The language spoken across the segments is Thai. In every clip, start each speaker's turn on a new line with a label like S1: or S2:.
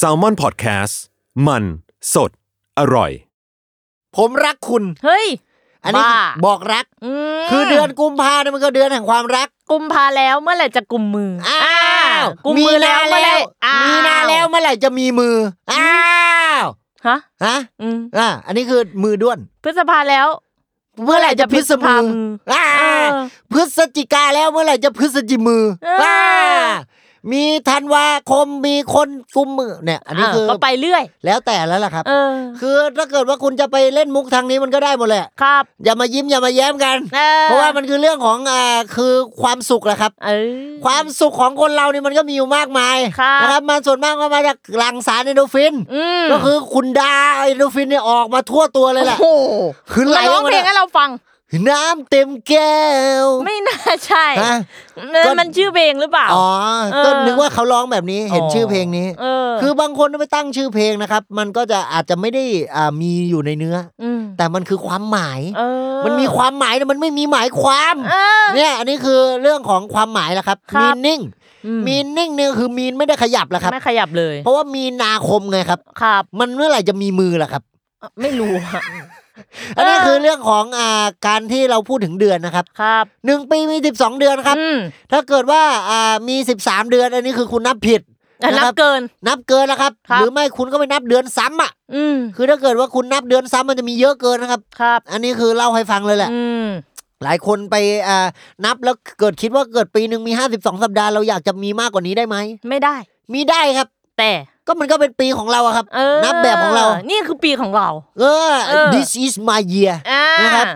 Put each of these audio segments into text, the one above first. S1: s a l m o n PODCAST มันสดอร่อย
S2: ผมรักคุณ
S3: เฮ้ย
S2: อันนี้
S3: บ้า
S2: บอกรัก
S3: ม
S2: คือเดือนกุมภาเนี่ยมันก็เดือนแห่งความรัก
S3: กุมภาแล้วเมื่อไหร่จะกุมมืออ
S2: อ้า
S3: อ
S2: ว
S3: ่กุม
S2: มี
S3: มือแล้
S2: นาว
S3: เมื่อไห
S2: แล้
S3: ร่
S2: ว
S3: อ้ว
S2: มีนาแล้วเมื่อไหร่จะมีมือ อ้าว
S3: ฮะ
S2: ฮะ
S3: อืม
S2: อ่า อันนี้คือมือด้วน
S3: พฤษภาแล้ว
S2: เมื่อไหร่จะพฤษภามือ
S3: เมื่อไหร่จะพฤษภา
S2: อ่า
S3: มืออ่เออ
S2: พฤศจิกาแล้วเมื่อไหร่จะพฤศจิมือ
S3: เอออ่
S2: ามีธันวาคมมีคนกุมมือเนี่ย อันนี้คือ
S3: เก็ไปเรื่อย
S2: แล้วแต่แล้วล่ะครับ
S3: เออ
S2: คือถ้าเกิดว่าคุณจะไปเล่นมุกทางนี้มันก็ได้หมดแหละ
S3: ครับ
S2: อย่ามายิ้มอย่ามาแย้มกัน
S3: ออ
S2: เพราะว่ามันคือเรื่องของอ่าคือความสุขแหละครับ
S3: เออ
S2: ความสุขของคนเรานี่มันก็มีอยู่มากมาย
S3: ครับ
S2: นะครับมันส่วนมากก็มาจากหลั่งสารเอนโดรฟิน
S3: อืม
S2: ก็คือคุณดาเอนโดรฟินเนี่ยออกมาทั่วตัวเลยแห ละ
S3: โอ้โห
S2: คือไหล
S3: มาร้
S2: อ
S3: อ
S2: อง ก
S3: เพลงให้
S2: มา
S3: เราฟัง
S2: น้ำเต็มแก้ว
S3: ไม่น่าใช่
S2: ฮะ
S3: เออ
S2: ก็
S3: มันชื่อเพลงหรือเปล่า
S2: อ๋อ
S3: เออ
S2: ก็นึกว่าเขาร้องแบบนี้เห็นชื่อเพลงนี้
S3: เออ
S2: คือบางคนไปตั้งชื่อเพลงนะครับ มันก็จะอาจจะไม่ได้อ่ามีอยู่ในเนื้อ
S3: ม
S2: แต่มันคือความหมาย
S3: เออ
S2: มันมีความหมายแต่มันไม่มีหมายความ
S3: เออ
S2: เนี่ยอันนี้คือเรื่องของความหมายแหละครับ
S3: ครั
S2: มี
S3: บ
S2: นิ่ง
S3: อืม
S2: มีนนิ่งเนี่ยคือมีนไม่ได้ขยับแล้วครับ
S3: ไม่ขยับเลย
S2: เพราะว่ามีนาคมไงครับ
S3: ครับ
S2: มันเมื่อไหร่จะมีมือล่ะครับ
S3: ไม่รู้อะ
S2: อันนี้คือเรื่องของอ่าการที่เราพูดถึงเดือนนะครับ
S3: ครับ
S2: หนึ่งปีมีสิบสองเดือนครับ
S3: อืม
S2: ถ้าเกิดว่าอ่ามีสิบสามเดือน อันนี้คือคุณนับผิด
S3: อ่ะ
S2: นะ
S3: นั
S2: ค
S3: บ
S2: รับ
S3: เกิน
S2: นับเกินแล้วครับ
S3: ครั
S2: ห
S3: บ
S2: รือไม่คุณก็ไปนับเดือนซ้ำอ่ะ
S3: อืม
S2: คือถ้าเกิดว่าคุณนับเดือนซ้ำมันจะมีเยอะเกินนะครับ
S3: ครับ
S2: อันนี้คือเล่าให้ฟังเลยแหละ
S3: อืม
S2: หลายคนไปอ่านับแล้วเกิดคิดว่าเกิดปีหนึ่งมี52สัปดาห์เราอยากจะมีมากกว่านี้ได้ไหม
S3: ไม่ได้
S2: มีได้ครับ
S3: แต่
S2: ก็มันก็เป็นปีของเราอะครับ
S3: เออ
S2: นับแบบของเรา
S3: นี่คือปีของเรา
S2: เออ
S3: เออ
S2: this is my year
S3: อ่า
S2: นะครับ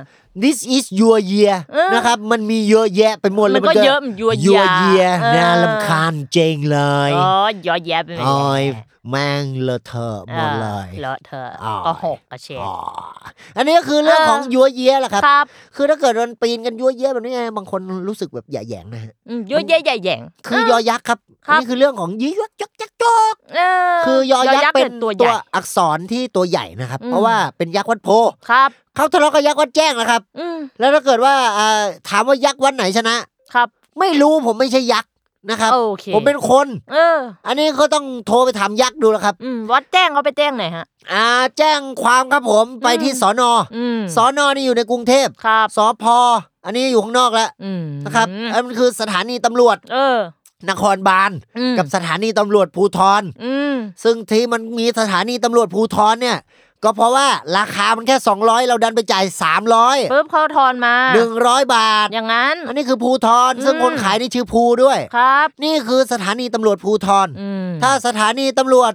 S2: this is your year
S3: เออ
S2: นะครับ มันมีเยอะแยะไปหมดเล
S3: มั
S2: ย
S3: นก็เยอะมันยัว
S2: ยัวเยีย
S3: ออ
S2: น่าลำคาญเจงเลย
S3: อ๋อยอแยะไปหมด
S2: โอ้ยแม่งเลอะเทอะหมดเลย
S3: ออเลอะเธอะ
S2: อ๋อ
S3: ก็หกกระเชง
S2: อ๋ออันนี้ก็คือเรื่อง
S3: เออ
S2: ของยัวเยียแหละครับ
S3: ครับ
S2: คือถ้าเกิดมันปีนกันยัวเยียแบบนี้ไงบางคนรู้สึกแบบหยาแหยงนะฮะ
S3: อืมยัวแยะใหญ่แหย่ง
S2: คือยอยักษ์ครับ
S3: ครั
S2: อัน
S3: บ
S2: นี่คือเรื่องของยี่ยักยักยักจอก
S3: เอ
S2: คือยอยักษ์เป็น
S3: ตัวให
S2: ตั
S3: ญ่
S2: วอักษรที่ตัวใหญ่นะครับ
S3: อืม
S2: เพราะว่าเป็นยักษ์วัดโพ
S3: ครับ
S2: เขาทะเลาะกับยักษ์วัดแจ้งนะครับ
S3: อืม
S2: แล้วถ้าเกิดว่าเอ่อถามว่ายักษ์วัดไหนชนะ
S3: ครับ
S2: ไม่รู้ผมไม่ใช่ยักษ์นะครับ
S3: โอเค
S2: ผมเป็นคน
S3: เออ
S2: อันนี้ก็ต้องโทรไปถามยักษ์ดูแล้วครับ
S3: อืมวัดแจ้งเขาไปแจ้งไหนอยฮะ
S2: อ่า แจ้งความครับผมไปที่
S3: อืม
S2: สอนอ
S3: อืม
S2: สอนอนี่อยู่ในกรุงเทพ
S3: ครับ
S2: สอพออันนี้อยู่ข้างนอกแล้ว
S3: อืม
S2: นะครับอันมันคือสถานีตำรวจ
S3: เออน
S2: ครบาล
S3: อืม
S2: กับสถานีตำรวจภูธร
S3: อืม
S2: ซึ่งที่มันมีสถานีตำรวจภูทรเนี่ย ก็เพราะว่าราคามันแค่ 200 เราดันไปจ่าย 300
S3: ปุ๊บเขาทอนมา
S2: 100 บาท
S3: อย่างนั้น
S2: อันนี้คือภูทร
S3: อืม
S2: ซึ่งคนขายนี่ชื่อภูด้วย
S3: ครับ
S2: นี่คือสถานีตำรวจภูทร
S3: อืม
S2: ถ้าสถานีตำรวจ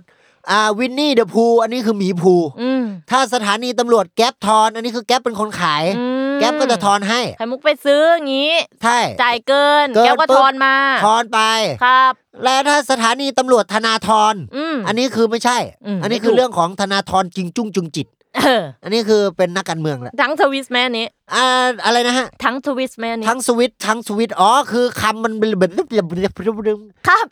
S2: อ่าวินนี่เดอะภูอันนี้คือหมีภู
S3: อืม
S2: ถ้าสถานีตำรวจแก๊ปทอนอันนี้คือแก๊ปเป็นคนขาย
S3: อืม
S2: แก๊ปก็จะทอนให้
S3: ไข่มุกไปซื้ออย่างนี้
S2: ใช่
S3: จ่ายเกิน
S2: เกิน
S3: แก๊ปก็
S2: ปุ๊บ
S3: ทอนมา
S2: ทอนไป
S3: ครับ
S2: และถ้าสถานีตำรวจธนาธร
S3: อืม
S2: อันนี้คือไม่ใช่
S3: อืม
S2: อันนี้
S3: ไม่
S2: คือ
S3: ถูก
S2: เรื่องของธนาธรจิงจุ้งจุงจิต
S3: เออ
S2: อันนี้คือเป็นนักการเมืองแหละ
S3: ทั้งทวิสแม่นี้
S2: อ่าอะไรนะฮะ
S3: ทั้งทวิสแม่นี้
S2: ทั้งสวิตช์ทั้งสวิตช์อ๋อ คือคำมันเป็นแบบ
S3: ครับ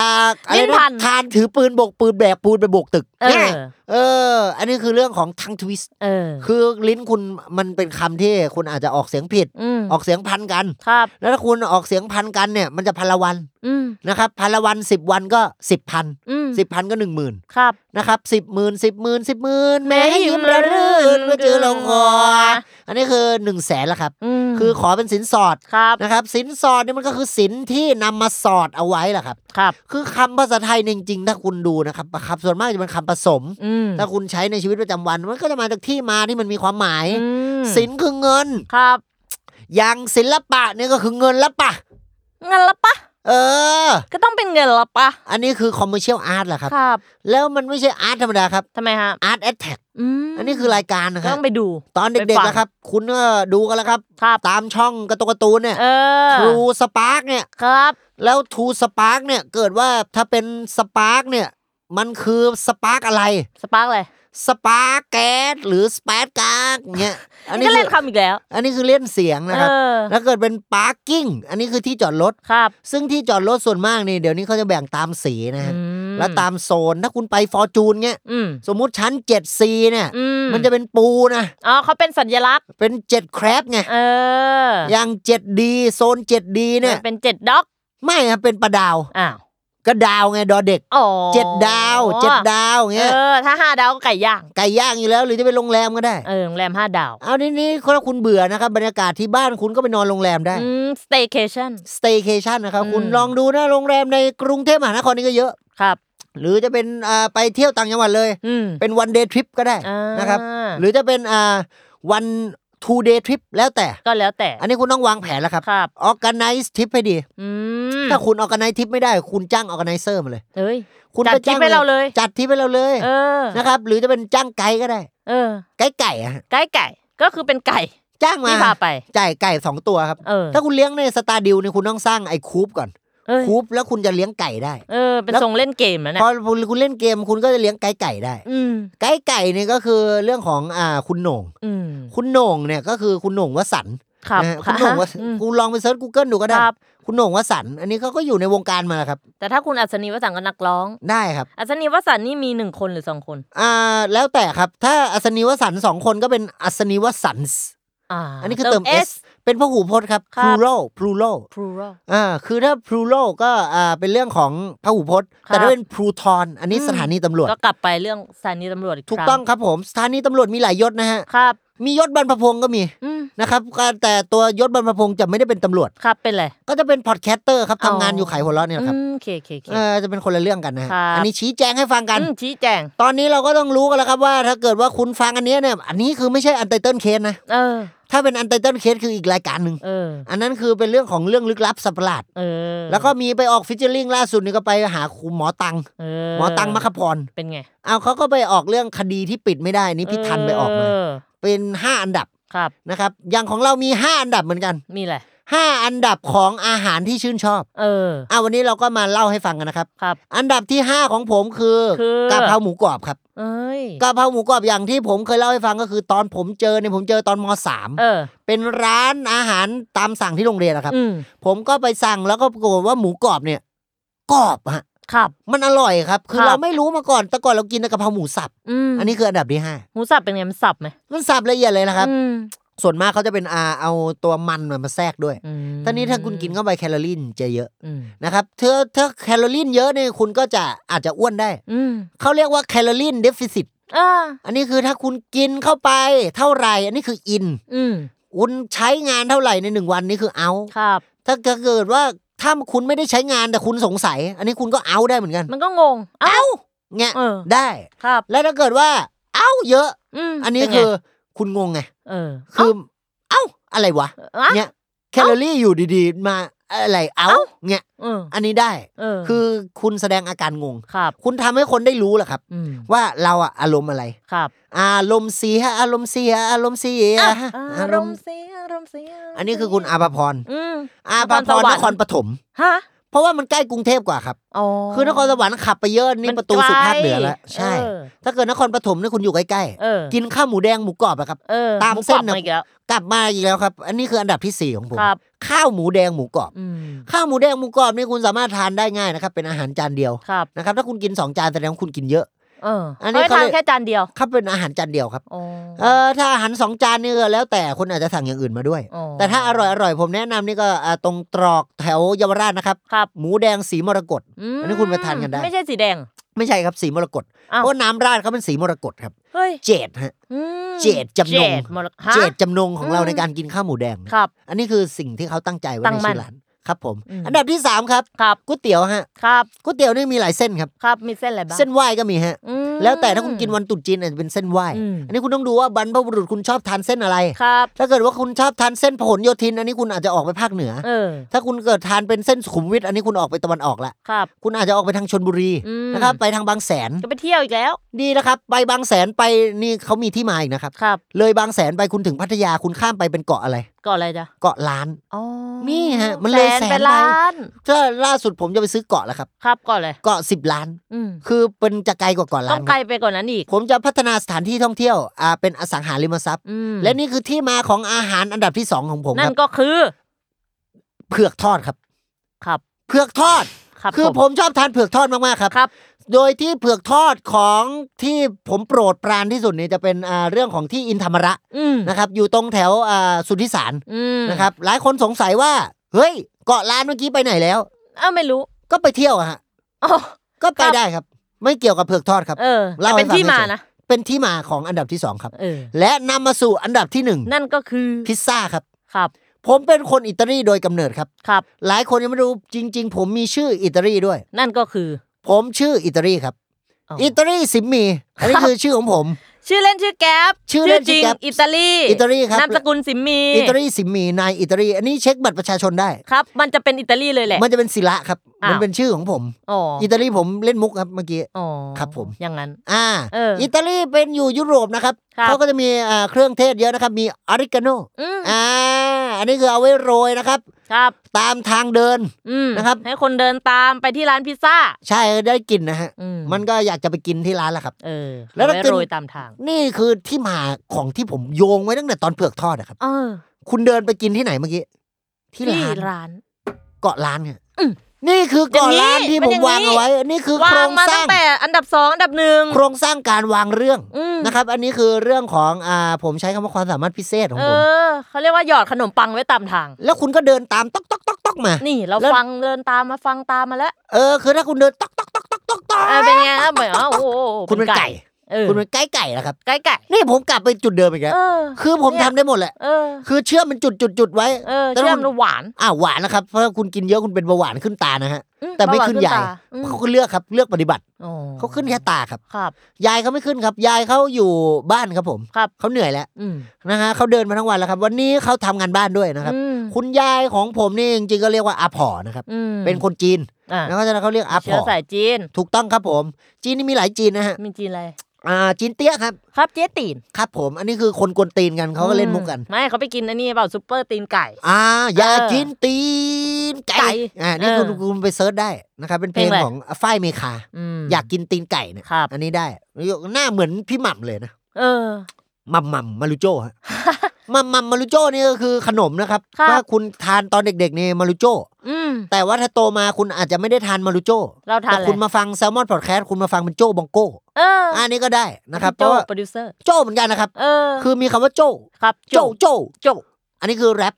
S2: อ่าอะไร
S3: ลิ้นพั
S2: นะ
S3: น
S2: คานถือปืนโบกปืนแบกปูนไปโบกตึก
S3: เอ
S2: นี่
S3: อ
S2: ยเออ อันนี้คือเรื่องของทั้งทวิสต์
S3: เออ
S2: คือลิ้นคุณมันเป็นคำที่คุณอาจจะออกเสียงผิด
S3: อืม
S2: ออกเสียงพันกัน
S3: ครับ
S2: แล้วถ้าคุณออกเสียงพันกันเนี่ย มันจะพันละวัน
S3: อืม
S2: นะครับพันละวันสิบวันก็สิบพัน
S3: อืม
S2: สิบพันก็หนึ่งหมื่น
S3: ครับ
S2: นะครับสิบหมื่นสิบหมื่นสิบหมื่นแม้ให้ยิ้มระรื่นก็เจอลงคออันนี้คือหนึ่งแสนละครับ
S3: อืม
S2: คือขอเป็นสินสอด
S3: ครับ
S2: นะครับสินสอดเนี่ยมันก็คือสินที่นำมาสอดเอาไว้แหละครับ
S3: ครับ
S2: คือคำภาษาไทยเนี่ยจริงๆถ้าคุณดูนะครับครับส่วนมากจะเป็นคำผสม
S3: อืม
S2: ถ้าคุณใช้ในชีวิตประจำวันมันก็จะมาจากที่มาที่มันมีความหมาย
S3: อืม
S2: สินคือเงิน
S3: ครับ
S2: อย่างศิลปะเนี่ยก็คือเงินละปะ
S3: เงินละปะ
S2: เออ
S3: ก็ต้องเป็นเงินละปะ
S2: อันนี้คือคอมเมอร์เชียลอาร์ตเหรอครับ
S3: ครับ
S2: แล้วมันไม่ใช่อาร์ตธรรมดาครับ
S3: ทำไมฮะ
S2: อาร์ตแอดแท็ก
S3: อืม
S2: อันนี้คือรายการนะค
S3: ก็
S2: รับ
S3: ต้องไปดู
S2: ตอนเด็ก
S3: ไปฟั
S2: ๆ
S3: ง
S2: นะครับ คุณก็ดูกันแล้วครับ
S3: ครับ
S2: ตามช่องการะตูนการ์ตูนเนี่ย
S3: เออ
S2: ทรูสปาร์กเนี่ย
S3: ครับ
S2: แล้วทรูสปาร์กเนี่ยเกิดว่าถ้าเป็นสปาร์กเนี่ย มันคือสปาร์กอะไร
S3: สปาร์กเลย
S2: สปาร์กแก๊สหรือสปาร์กกากอย่างเงี้ย อันนี้
S3: ก็
S2: คื
S3: เล่น
S2: อ
S3: คำอีกแล้ว
S2: อันนี้คือเล่นเสียงนะครับ
S3: เออ
S2: แล้วเกิดเป็นปาร์กิ้งอันนี้คือที่จอดรถ
S3: ครับ
S2: ซึ่งที่จอดรถส่วนมากนี่เดี๋ยวนี้เขาจะแบ่งตามสีนะฮะ
S3: อืม
S2: แล้วตามโซนถ้าคุณไปฟอร์จูนเงี้ย
S3: อืม
S2: สมมุติชั้น 7C เนี่ย
S3: อืม
S2: มันจะเป็นปูนะ
S3: อ๋อเขาเป็นสัญลักษณ์
S2: เป็น7แครบไง
S3: เอออ
S2: อย่าง 7D โซน 7D เนี่ย
S3: เป็นเจ็ดด็อก
S2: ไม่ครับเป็นประดาว
S3: อ้าว
S2: กระดาวไงดอเด็ก
S3: อ๋อ
S2: เจ็ดดาวเจ็ดดาวเงี้ย
S3: เออ ถ้าห้าดาวก็ไก่ย่าง
S2: ไก่ย่างอยู่แล้วหรือจะไปโรงแรมก็ได้
S3: เออโรงแรมห้าดาว
S2: เอาทีนี้ถ้าคุณเบื่อนะครับบรรยากาศที่บ้านคุณก็ไปนอนโรงแรมได้
S3: อืมสเต y c a t i o n
S2: staycation นะครับ
S3: อืม
S2: คุณลองดูนะโรงแรมในกรุงเทพมหานครนี่ก็เยอะ
S3: ครับ
S2: หรือจะเป็นอ่าไปเที่ยวต่างจังหวัดเลย
S3: อืม
S2: เป็นวันเดย์ทริปก็ได้
S3: อ่า
S2: นะครับ หรือจะเป็นอ่าวันทูเดย์ทริปแล้วแต่
S3: ก็แล้วแต่
S2: อันนี้คุณต้องวางแผนแล้วครับ
S3: ครับ
S2: ออกกันไนซ์ทริปให้ดี
S3: อืม
S2: ถ้าคุณออกกันไนซ์ทริปไม่ได้คุณจ้างออกกันไนเซอร์มาเลย
S3: เอ้ย
S2: คุณ
S3: จัด
S2: ไป
S3: ทริปให้เราเลย
S2: จัดทริปให้เราเลย
S3: เออ
S2: นะครับ หรือจะเป็นจ้างไกด์ก็ได้
S3: เออ
S2: ไกด์ไก่อะฮะ
S3: ไก่ไก่ก็คือเป็นไก่
S2: จ้างมา
S3: ที่พาไป
S2: จ่ายไก่สองตัวครับ
S3: เออ
S2: ถ้าคุณเลี้ยงในสตาร์ดิวเนี่ยคุณต้องสร้างไอ้คูปก่อน
S3: เอ้ย
S2: คูปแล้วคุณจะเลี้ยงไก่ได้
S3: เออ เป็น
S2: แล้ว
S3: ทรงเล่นเกมนะเนี่
S2: พ
S3: ย
S2: อคุณเล่นเกมคุณก็จะเลี้ยงไก่ไก่ได้
S3: อืม
S2: ไก่ไก่เนี่ยก็คือเรื่องของอ่าคุณโหน่ง
S3: อืม
S2: คุณโหน่งเนี่ยก็คือคุณโหน่งวสันต์
S3: ครับ
S2: นะฮะคุณโหน่งวสัน
S3: อืม
S2: ต์คุณลองไปเซิร์ช Google ดูก็ได้
S3: ครับ
S2: คุณโหน่งวสันต์อันนี้เขาก็อยู่ในวงการมาแล้วครับ
S3: แต่ถ้าคุณอัศนีวสันต์ก็นักร้อง
S2: ได้ครับ
S3: อัศนีวสันต์นี่มีหนึ่งคนหรือสองคน
S2: อ่าแล้วแต่ครับถ้าอัศนีวสันต์สองคนก็เป็นอัศนีวสันต์
S3: อ่า
S2: อันนี้คือเติม S เป็นพหูพจน์ครับ
S3: ครั
S2: plural
S3: บ
S2: plural
S3: plural
S2: อ่าคือถ้า plural ก็อ่าเป็นเรื่องของพหูพจน์
S3: ครับ
S2: แต่ถ้าเป็น pluton อันนี้
S3: อืม
S2: สถานีตำรวจ
S3: ก็กลับไปเรื่องสถานีตำรวจอีก
S2: ถูก
S3: ครั้
S2: ต้องครับผมสถานีตำรวจมีหลายยศนะฮะ
S3: ครับ
S2: มียศบรรพพงศ์ก็มี
S3: อืม
S2: นะครับก็แต่ตัวยศบรรพพงศ์จะไม่ได้เป็นตำรวจ
S3: ครับเป็นไร
S2: ก็จะเป็นพอดแคสเตอร์ครับ
S3: อ๋อ
S2: ทำงานอยู่ขายหัวเราะเนี่ยแหละครับ
S3: อืมโอเคโอเคโอเค
S2: เออจะเป็นคนละเรื่องกันนะฮะ
S3: ครับ
S2: อันนี้ชี้แจงให้ฟังกัน
S3: อืมชี้แจง
S2: ตอนนี้เราก็ต้องรู้กันแล้วครับว่า ถ้าเกิดว่าคุณฟังอันเนี้ยเนี่ยอันนี้คือไม่ใช่อันไตเติลเคสนะ
S3: เออ
S2: ถ้าเป็นอันไตเติลเคสคืออีกรายการหนึ่ง
S3: เออ
S2: อันนั้นคือเป็นเรื่องของเรื่องลึกลับสัตว์ประหลาด
S3: เออ
S2: แล้วก็มีไปออกฟิชเชอร์ลิงล่าสุดนี่ก็ไปหาครูหมอตัง
S3: เห
S2: มอตังมัคคพร
S3: เป็นไง
S2: เอาเขาก็ไปออกเรื่องคดีที่ปิดไม่ได้นี่พี่ทันไปออกมา
S3: เ
S2: เป็น 5 อันดับ
S3: ครับ
S2: นะครับอย่างของเรามี 5 อันดับเหมือนกัน
S3: มีแหละ
S2: 5 อันดับของอาหารที่ชื่นชอบ
S3: เออ
S2: เอาวันนี้เราก็มาเล่าให้ฟังกันนะครับ
S3: ครับ
S2: อันดับที่ 5 ของผมคือ
S3: คือ
S2: กะเพราหมูกรอบครับ
S3: เอ้ย
S2: กะเพราหมูกรอบอย่างที่ผมเคยเล่าให้ฟังก็คือตอนผมเจอเนี่ยผมเจอตอนม
S3: เอ
S2: .3
S3: อ
S2: เป็นร้านอาหารตามสั่งที่โรงเรียนนะครับ
S3: อืม
S2: ผมก็ไปสั่งแล้วก็ปรากฏว่าหมูกรอบเนี่ยกรอบฮะ
S3: ครับ
S2: มันอร่อยครับ คือ
S3: ครับ
S2: เราไม่รู้มาก่อน แต่ก่อนเรากินแต่กะเพราหมูสับ
S3: อืม
S2: อันนี้คืออันดับที่ห้า
S3: หมูสับเป็นไงมันสับไหม
S2: มันสับละเอียดเลยนะครับ
S3: อืม
S2: ส่วนมากเขาจะเป็นอาเอาตัวมันมันมาแทรกด้วย
S3: อืม
S2: ท่านี้ถ้าคุณกินเข้าไปแคลอรี่จะเยอะ
S3: อืม
S2: นะครับเธอถ้าแคลอรี่เยอะเนี่ยคุณก็จะอาจจะอ้วนได้
S3: อืม
S2: เขาเรียกว่าแคลอรี่เดฟิซิต
S3: เออ
S2: อันนี้คือถ้าคุณกินเข้าไปเท่าไหร่ อันนี้คืออิน
S3: อืม
S2: คุณใช้งานเท่าไหร่ในหนึ่งวันนี่คือเอา
S3: ครับ
S2: ถ้าเกิดว่าถ้าคุณไม่ได้ใช้งานแต่คุณสงสัย อันนี้คุณก็เอาได้เหมือนกัน
S3: มันก็งง เอ้า
S2: เงี้ย
S3: เออ
S2: ได้
S3: ครับ
S2: แล้วถ้าเกิดว่า เอ้าเยอะ
S3: อืม
S2: อันนี้
S3: เป็ไง
S2: คือคุณงงไง
S3: เออ
S2: คือ เอ้าอะไรวะ
S3: เอ้า
S2: เนี่ยแคลอรี่อยู่ดีๆ มาอะไร เอ้าเนี่ย
S3: เออ
S2: อันนี้ได้
S3: เออ
S2: คือคุณแสดงอาการงง
S3: ครับ
S2: คุณทำให้คนได้รู้แหละครับ
S3: อืม
S2: ว่าเราอะอารมณ์อะไร
S3: ครับ
S2: อารมณ์เสียอารมณ์เสียอารมณ์เสีย
S3: อารมณ์เสียอารมณ์เสีย
S2: อันนี้คือคุณอาภาพร
S3: อืม
S2: อาภาพ
S3: นครส
S2: ร
S3: วรร
S2: น
S3: ค์
S2: ครปฐม
S3: ฮะ
S2: เพราะว่ามันใกล้กรุงเทพกว่าครับ
S3: อ๋อ
S2: คือนครสวรรค์ขับไปเยอะนี่
S3: มั
S2: ประตูสู่ภาคเหนือแล้ว ใช่
S3: เออ
S2: ถ้าเกิดนครปฐมเนี่ยคุณอยู่ใกล้
S3: เออ
S2: ๆ กินข้าวหมูแดงหมูกรอบอะครับ
S3: เออ
S2: ตามเส้น
S3: หก
S2: น่ะ
S3: กลั
S2: กลับ
S3: บาอีกแล้ว
S2: มาอีกแล้วครับ อันนี้คืออันดับที่ 4 ของผม
S3: ครับ
S2: ข้าวหมูแดงหมูกรอบ
S3: อืม
S2: ข้าวหมูแดงหมูกรอบนี่คุณสามารถทานได้ง่ายนะครับ เป็นอาหารจานเดียว
S3: ครับ
S2: นะครับ ถ้าคุณกิน 2 จานแสดงว่าคุณกินเยอะ
S3: เออ
S2: อั
S3: อน
S2: นี้
S3: เขาให้
S2: เขา
S3: ทาน
S2: เรียก
S3: แค่จานเดียว
S2: ครับเป็นอาหารจานเดียวครับ
S3: อ๋อ
S2: เออถ้าอาหารสองจานนี่ก็แล้วแต่คนอาจจะสั่งอย่างอื่นมาด้วย
S3: อ๋อ
S2: แต่ถ้าอร่อยอร่อยผมแนะนำนี่ก็อ่าตรงตรอกแถวเยาวราชนะครับ
S3: ครับ
S2: หมูแดงสีมรกต
S3: ม
S2: อันนี้คุณไปทานกันได้
S3: ไม่ใช่สีแดง
S2: ไม่ใช่ครับสีมรกต
S3: อ้าว
S2: เพราะน้ำราดเขาเป็นสีมรกตครับ
S3: เฮ้ย
S2: เจดฮะ
S3: อืม
S2: เจตจำนง
S3: เจตมรกฮะ
S2: เจดจำนงของเรา
S3: อืม
S2: ในการกินข้าวหมูแดง
S3: ครับ
S2: อันนี้คือสิ่งที่เขาตั้งใจไว้
S3: ตั้
S2: ใน
S3: งมั่
S2: ชื่
S3: น
S2: อร้าน ครับผม
S3: อืม
S2: อันดับที่ 3 ครับ
S3: ครับ
S2: ก๋วยเตี๋ยวฮะ
S3: ครับ
S2: ก๋วยเตี๋ยวนี่มีหลายเส้นครับ
S3: ครับมีเส้นอะไรบ้าง
S2: เส้นไหว้ก็มีฮะ
S3: อืม
S2: แล้วแต่ถ้าคุณกินวันตรุษจีนอาจจะเป็นเส้นไหว้
S3: อืม
S2: อันนี้คุณต้องดูว่าบรรพบุรุษคุณชอบทานเส้นอะไร
S3: ครับ
S2: ถ้าเกิดว่าคุณชอบทานเส้นพหลโยธิน อันนี้คุณอาจจะออกไปภาคเหนือ
S3: เออ
S2: ถ้าคุณเกิดทานเป็นเส้นสุขุมวิทอันนี้คุณออกไปตะวันออกละ
S3: ครับ
S2: คุณอาจจะออกไปทางชนบุรี
S3: อืม
S2: นะครับ ไปทางบางแสน
S3: จะไปเที่ยวอีกแล้ว
S2: ดีนะครับ ไปบางแสนไปนี่เขามีที่มาอีกนะครับ
S3: ครับ
S2: เลยบางแสนไปคุณถึงพัทยาคุณข้ามไปเป็นเกาะอะไร
S3: ก่อนอะไรจ้ะ
S2: เกาะล้าน
S3: อ๋อ
S2: นี่ฮะมันเลยแสนไป
S3: ไปล้าน
S2: ถ้าล่าสุดผมจะไปซื้อเกาะแล้วครับ
S3: ครับก่อนเลย
S2: เกาะสิบล้าน
S3: อืม
S2: คือเป็นจะไกลกว่าเกาะ
S3: ต้อ
S2: ล้าง นค
S3: ไกล
S2: รับ
S3: ไปกว่านั้นอีก
S2: ผมจะพัฒนาสถานที่ท่องเที่ยวอ่าเป็นอสังหาริมทรัพย์
S3: อืม
S2: และนี่คือที่มาของอาหารอันดับที่สองของผมค
S3: นั่
S2: น รับ
S3: ก็คือ
S2: เผือกทอดครับ
S3: ครับ
S2: เผือกทอด
S3: ครับ
S2: คือผมชอบทานเผือกทอดมากๆครับ
S3: ครับ
S2: โดยที่เผือกทอดของที่ผมโปรดปรานที่สุดเนี่ยจะเป็นอ่าเรื่องของที่อินธรรมระ
S3: อืม
S2: นะครับ อยู่ตรงแถวอ่าสุทธิสาร
S3: อืม
S2: นะครับหลายคนสงสัยว่า เฮ้ย เกาะล้านเมื่อกี้ไปไหนแล้ว
S3: อ้าวไม่รู้
S2: ก็ไปเที่ยวอะฮะ
S3: อ๋อ
S2: ก็ไป
S3: ครับ
S2: ได้ครับ ไม่เกี่ยวกับเผือกทอดครับ
S3: เออ
S2: เล่า
S3: แต่เป็น
S2: ให้ฟัง
S3: ที่มา
S2: เฉย
S3: นะ
S2: เป็นที่มาของอันดับที่สองครับ
S3: เออ
S2: และนำมาสู่อันดับที่หนึ่ง
S3: นั่นก็คือ
S2: พิซซ่าครับ
S3: ครับ
S2: ผมเป็นคนอิตาลีโดยกำเนิดครับ
S3: ครับ
S2: หลายคนยังไม่รู้จริง ๆ ผมมีชื่ออิตาลีด้วย
S3: นั่นก็คือ
S2: ผมชื่ออิตาลีครับ
S3: อ๋ออ
S2: อิตาลีสิมมี อันนี้คือชื่อของผม
S3: ชื่อเล่นชื่อแก๊ป
S2: ชื่อเล่น
S3: จ
S2: ชื่
S3: ริ
S2: อง แก๊ป
S3: อิตาลี
S2: อิตาลีครับ
S3: นามสกุลสิมมี
S2: อิตาลีสิมมีนายอิตาลีอันนี้เช็คบัตรประชาชนได้
S3: ครับ มันจะเป็นอิตาลีเลยแหละ
S2: มันจะเป็นศิละครับ
S3: อ้าว
S2: มันเป็นชื่อของผม
S3: อ๋อ
S2: อิตาลีผมเล่นมุกครับเมื่อกี้
S3: อ๋อ
S2: ครับผม
S3: อย่างนั้น
S2: อ่า
S3: เอออิ
S2: อิตาลีเป็นอยู่ยุโรปนะครับ
S3: ครับ
S2: เขาก็จะมีอ่าเครื่องเทศเยอะนะครับ มีออริกาโน
S3: อืม
S2: อ่าอันนี้คือเอาไว้โรยนะครับ
S3: ครับ
S2: ตามทางเดิน
S3: อืม
S2: นะครับ
S3: ให้คนเดินตามไปที่ร้านพิซซ่า
S2: ใช่ได้กลิ่นนะฮะ
S3: อืม
S2: มันก็อยากจะไปกินที่ร้านแหละครับ
S3: เออ
S2: แล้วถ้า
S3: เอา
S2: ขึ้น
S3: ไว้โรยตามทาง
S2: นี่คือที่มาของที่ผมโยงไว้ตั้งแต่ตอนเผือกทอดนะครับ
S3: เออ
S2: คุณเดินไปกินที่ไหนเมื่อกี้ที่ร้าน
S3: ร้าน
S2: เกาะล้านเนี่ย
S3: อืม
S2: นี่คือเกาะ
S3: อย่างนี้
S2: ล้านที่
S3: มั
S2: ผ
S3: น
S2: ม
S3: อย่างนี้
S2: วางเอาไว้ นี่คือโคว
S3: า
S2: รง ง
S3: มา
S2: ส
S3: ตั้
S2: ร้าง ง
S3: แต่อันดับสองอันดับหนึ่ง
S2: โครงสร้างการวางเรื่อง
S3: อืม
S2: นะครับ อันนี้คือเรื่องของอ่าผมใช้คำว่าความสามารถพิเศษของ
S3: เอ
S2: ผม
S3: อเขาเรียกว่าหยอดขนมปังไว้ตามทาง
S2: แล้วคุณก็เดินตามต๊อกต๊อกต๊อกต๊อกมา
S3: นี่เรา
S2: แล้ว
S3: ฟังเดินตามมาฟังตามมาแล้ว
S2: เออคือถ้าคุณเดินต๊อกต๊อกต๊อกต๊อกต๊อกต๊อก
S3: เออเป็นไงครับเหมือนอ๋อโอ้โห
S2: คุณเป็นไก่
S3: เออ
S2: คุณเป็นไก่ไก่นะครับ
S3: ไก่ไก่
S2: นี่ผมกลับไปจุดเดิมอีกแล้ว
S3: เออ
S2: คือผม
S3: เนี่ย
S2: ทำได้หมดแหละ
S3: เออ
S2: คือเชื่อมเป็นจุดจุดจุดไว้
S3: เออ
S2: แต่
S3: เชื่อม
S2: คุณ
S3: แล้วหวาน
S2: อ่าหวานนะครับเพราะคุณกินเยอะคุณเป็นเบาหวานขึ้นตานะฮะ
S3: อืม
S2: แต่ไม่
S3: เบาหวาน
S2: ขึ้น
S3: ขึ้น
S2: ใหญ่
S3: ตาอืม
S2: เขาก็เลือกครับเลือกปฏิบัติ
S3: อ๋อ
S2: เขาขึ้นแค่ตาครับ
S3: ครับ
S2: ยายเขาไม่ขึ้นครับ ยายเขาอยู่บ้านครับผม
S3: ครับ
S2: เขาเหนื่อยแล้ว
S3: อืม
S2: นะฮะเขาเดินมาทั้งวันแล้วครับ วันนี้เขาทำงานบ้านด้วยนะครับ
S3: อืม
S2: คุณยายของผมนี่จริงๆก็เรียกว่าอาผอนะครับ
S3: อืม
S2: เป็นคนจีน
S3: อ่ะ
S2: แล้วก็จะเขาเรียกอาผ
S3: เชื้
S2: อ
S3: อสายจีน
S2: ถูกต้องครับผม จีนนี่มีหลายจีนนะฮะ
S3: มีจีนอะไร
S2: อ่าจีนเตี้ยครับ
S3: ครับเจ๊ตีน
S2: ครับ ผมอันนี้คือคนกวนตีนกันเขาก็เล่นมุกกัน
S3: อืไม่เขาไปกินอันนี้เปล่าซุปเปอร์ตีนไก่
S2: อ่าอยา
S3: เออ
S2: กินตีนไก่
S3: ไก่
S2: อ่านี่
S3: เออ
S2: คุณคุณไปเซิร์ชได้นะครับเป็นเพลง
S3: เพลงอะไร
S2: ของฝ้ายเมคา
S3: อืม
S2: อยากกินตีนไก่เนี่ย
S3: ครับ
S2: อันนี้ได้หน้าเหมือนพี่หม่ำเลยนะ
S3: เออ
S2: มัมมัมมารุโจ้ ฮะ มัมมัมมารุโจ้นี่ก็คือขนมนะครับ
S3: ครับ
S2: ถ้าคุณทานตอนเด็กๆเนี่ยมารุโจ้
S3: อืม
S2: แต่ว่าถ้าโตมาคุณอาจจะไม่ได้ทานมารุโจ้
S3: เรา
S2: แต่
S3: ทานอะไร
S2: คุณมาฟังแซลมอนพอดแคสต์คุณมาฟังเป็นโจ้บองโก้
S3: เอออ
S2: อันนี้ก็ได้นะครับเพ
S3: โจ
S2: ราะว่า
S3: โปรดิวเซอร์
S2: โจ้เหมือนกันนะครับ
S3: เออ
S2: คือมีคำว่าโจ้
S3: ครับ
S2: โจ้โจ้
S3: โจ
S2: อันนี้คือแรป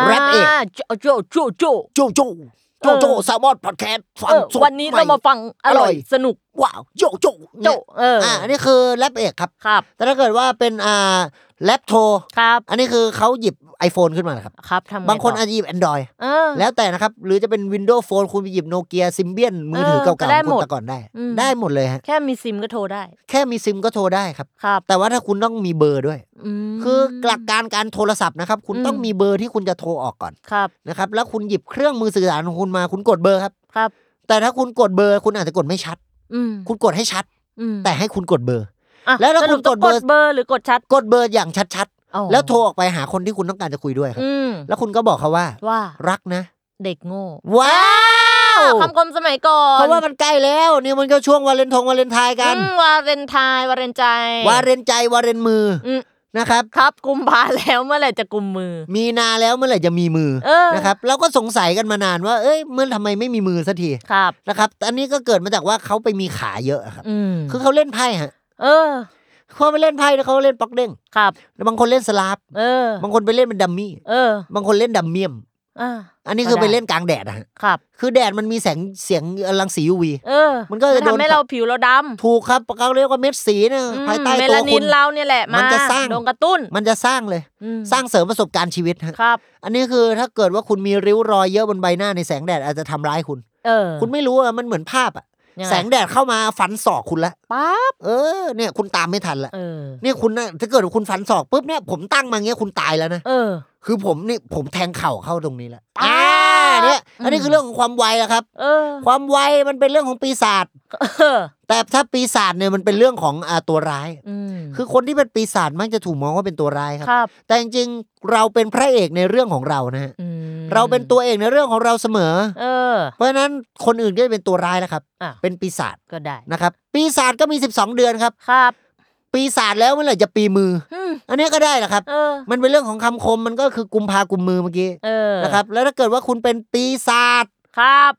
S3: า
S2: แรปเอก
S3: โจโจโจโจ
S2: โจ้โจ้
S3: เอ
S2: โจ้
S3: อ
S2: โจ้แซลมอนพอดแคสต์ฟัง
S3: เออ
S2: สด
S3: วันนี้
S2: ให
S3: เรามาฟังอร่อ
S2: อร่อย ย
S3: สนุก
S2: ว้าวโจ้โจ้
S3: โจ
S2: เนี่ย
S3: เอออ
S2: อ่าอันนี้คือแรปเอกครับ
S3: ครับ
S2: แต่ถ้าเกิดว่าเป็นอ่าแรปโทร
S3: ครับ
S2: อันนี้คือเขาหยิบ iPhone ขึ้นมานะครับ
S3: ครับทำไ
S2: บางคน
S3: ต่
S2: อาจจะหยิบ Android
S3: เออ
S2: แล้วแต่นะครับ หรือจะเป็น Windows Phone คุณไปหยิบโนเกียซิมเบียนมือถือ
S3: เออ
S2: เก่า
S3: ก็
S2: ๆ
S3: ได้
S2: ของ
S3: หม
S2: คุณ
S3: ด
S2: แต่ก่อนได้
S3: อืม
S2: ได้หมดเลยฮะ
S3: แค่มีซิมก็โทรได้
S2: แค่มีซิมก็โทรได้ครับ
S3: ครับ
S2: แต่ว่าถ้าคุณต้องมีเบอร์ด้วย
S3: อืม
S2: คือหลักการการโทรศัพท์นะครับ คุณ
S3: อืม
S2: ต้องมีเบอร์ที่คุณจะโทรออกก่อน
S3: ครับ
S2: นะครับ แล้วคุณหยิบเครื่องมือสื่อสารของคุณมา คุณกดเบอร์ครับ
S3: ครับ
S2: แต่ถ้าคุณกดเบอร์ คุณอาจจะกดไม่ชัด
S3: อืม
S2: คุณกดให้ชัด
S3: อืม
S2: แต่ให้คุณกดเบอร์
S3: อ่ะ
S2: แล้วถ้า
S3: สรุ
S2: คุ
S3: ป
S2: ณกด
S3: ต้อง
S2: เบอร์
S3: เบอร์หรือกดชัด
S2: กดเบอร์อย่างชัด
S3: อ๋อ
S2: ๆ แล้วโทรออกไปหาคนที่คุณต้องการจะคุยด้วยครับ
S3: อืม
S2: แล้วคุณก็บอกเขาว่า
S3: ว่า
S2: รักนะ
S3: เด็กโง่
S2: ว้าว
S3: คำคมสมัยก่อน
S2: เพราะว่ามันใกล้แล้วนี่มันก็ช่วงวาเลนทงวาเลนไทน์กัน
S3: อืมวาเลนไทน์วาเลนใจ
S2: วาเรนใจวาเรนมืออ
S3: ม
S2: นะครับ
S3: ครับกุมภาแล้วเมื่อไหร่จะกุมมือ
S2: มีนาแล้วเมื่อไหร่จะมีมือ
S3: เออ
S2: นะครับเราก็สงสัยกันมานานว่า เอ้ยเมื่อทำไมไม่มีมือสักที
S3: ครับ
S2: นะครับแต่อันนี้ก็เกิดมาจากว่าเขาไปมีขาเยอะอะครับ
S3: อืม
S2: คือเขาเล่นไพ่ฮะ
S3: เออ
S2: เขาไปเล่นไพ่แล้วเขาเล่นป๊อกเด้ง
S3: ครับ
S2: แล้วบางคนเล่นสลาฟ
S3: เออ
S2: บางคนไปเล่นเป็นดัมมี่
S3: เออ
S2: บางคนเล่นดัมเมียม
S3: อ่า
S2: อันนี้คือไปเล่นกลางแดดอะฮะ
S3: ครับ
S2: คือแดดมันมีแสงเสียงเอ่อรังสี UV
S3: เออ
S2: มันก็จะโดน
S3: ทำให้เราผิวเราด
S2: ถูกครับเขาเรียกว่าเม็ดสีเนี่ย
S3: ำอืม
S2: ภายใต้
S3: เม
S2: ตัว
S3: ลานิ
S2: คุ
S3: น
S2: ณ
S3: เราเนี่ยแหละ
S2: มั
S3: มาน
S2: จะสร้าง
S3: โดนกระตุ้น
S2: มันจะสร้างเลย
S3: อืม
S2: สร้างเสริมประสบการณ์ชีวิตฮะ
S3: ครับ
S2: อันนี้คือถ้าเกิดว่าคุณมีริ้วรอยเยอะบนใบหน้าในแสงแดดอาจจะทำร้ายคุณ
S3: เออ
S2: คุณไม่รู้อะมันเหมือนภาพอะ
S3: ยังไ
S2: แสงแดดเข้ามาฟันศอกคุณละ
S3: ปั๊บ
S2: เออเนี่ยคุณตามไม่ทันละ
S3: เออ
S2: เนี่ยคุณนะถ้าเกิดว่าคุณฟันศอกปุ๊บเนี่ยผมตั้งมาเงี้ยคุณตายแล้วนะ
S3: เออ
S2: คือผมนี่ผมแทงเข่าเข้าตรงนี้แล้ว
S3: อ่า
S2: อ่าเนี่ยอันนี้
S3: อืม
S2: คือเรื่องของความไวอะครับ
S3: เออ
S2: ความไวมันเป็นเรื่องของปีศาจ
S3: เออ
S2: แต่ถ้าปีศาจเนี่ยมันเป็นเรื่องของอาตัวร้าย
S3: อืม
S2: คือคนที่เป็นปีศาจมักจะถูกมองว่าเป็นตัวร้ายครับ
S3: ครับ
S2: แต่จริงๆเราเป็นพระเอกในเรื่องของเรานะฮะ
S3: อืม
S2: เราเป็นตัวเอกในเรื่องของเราเสมอ
S3: เออ
S2: เพราะฉะนั้นคนอื่นก็จะเป็นตัวร้ายแล้วครับ
S3: อ่ะ
S2: เป็นปีศาจ
S3: ก็ได้
S2: นะครับ ปีศาจก็มี 12 เดือนครับ
S3: ครับ
S2: ปีศาจแล้วเมื่อไหร่จะปีมือ
S3: อืม
S2: อันนี้ก็ได้แหละครับ
S3: เออ
S2: มันเป็นเรื่องของคำคมมันก็คือกุมภากุมมือเมื่อกี้
S3: เออ
S2: นะครับ แล้วถ้าเกิดว่าคุณเป็นปีศาจ
S3: ครับ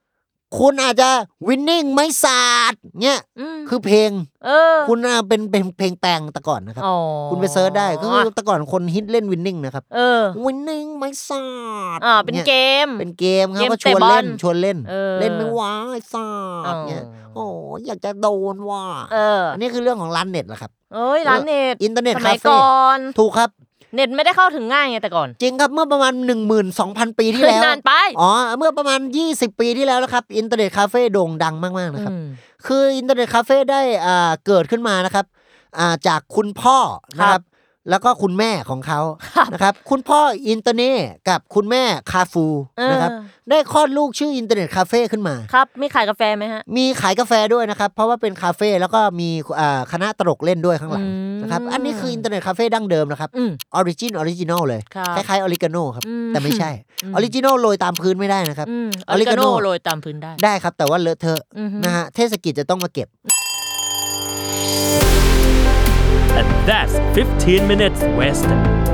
S2: คุณอาจจะวินนิ่งไม่ศาสตร์เนี่ย
S3: ม
S2: คือเพลง
S3: เออ
S2: คุณน่ะเป็นเป็นเพลงแปลงแต่ก่อนนะครับ
S3: อ๋อ
S2: คุณไปเซิร์ชได้ก็คือแต่ก่อนคนฮิตเล่นวินนิ่งนะครับ
S3: เออ
S2: วินนิ่งไม่ศาสตร์
S3: อ่าเป็นเกม
S2: เป็นเกมครับ
S3: เกม
S2: ก็ชวนเล่น
S3: เตะบอล
S2: ชวนเล่น
S3: เออ
S2: เล่นไม่ว่าไอ้ศาสตร์เนี่ย
S3: อ๋
S2: โอ้
S3: อ
S2: อยากจะโดนว่า
S3: เออ
S2: อันนี้คือเรื่องของร้านเน็ตแหละครับ
S3: เอ้ยร้านเน็ต
S2: อินเทอร์เน็ต
S3: ส
S2: คา
S3: มัย
S2: เฟ่
S3: ก่อน
S2: ถูกครับ
S3: เน็ตไม่ได้เข้าถึงง่ายไงแต่ก่อน
S2: จริงครับเมื่อประมาณ 12,000 ปีที่แล้ว
S3: นานไป
S2: อ๋อ เมื่อประมาณ 20 ปีที่แล้วแล้วครับ อินเทอร์เน็ตคาเฟ่โด่งดังมาก ๆ นะครับ
S3: อืม
S2: คืออินเทอร์เน็ตคาเฟ่ได้อ่าเกิดขึ้นมานะครับอ่าจากคุณพ่อนะครับ แล้วก็คุณแม่ของเขา
S3: ครับ
S2: นะครับ คุณพ่ออินเตอร์เน่กับคุณแม่คาฟู
S3: เออ
S2: นะครับ ได้คลอดลูกชื่ออินเทอร์เน็ตคาเฟ่ขึ้นมา
S3: ครับมีขายกาแฟไหมฮะ
S2: มีขายกาแฟด้วยนะครับ เพราะว่าเป็นคาเฟ่แล้วก็มีอ่าคณะตลกเล่นด้วยข้างหลัง
S3: อืม
S2: นะครับ อันนี้คืออินเทอร์เน็ตคาเฟ่ดั้งเดิมนะครับ
S3: อืม
S2: ออริจินออริจินอลเลย
S3: ครับ
S2: คล้ายๆออริกาโน่ครับ
S3: อืม
S2: แต่ไม่ใช่ ออริจินอลโรยตามพื้นไม่ได้นะครับ
S3: อืมอ
S2: อ
S3: อ
S2: อ
S3: ริกาก
S2: ริาโน่
S3: โน่โรยตามพื้นได้
S2: ได้ครับ แต่ว่าเลอะเทอะ
S3: อือฮึ
S2: นะฮะเทศกิจจะต้องมาเก็บ
S4: And that's 15 minutes west.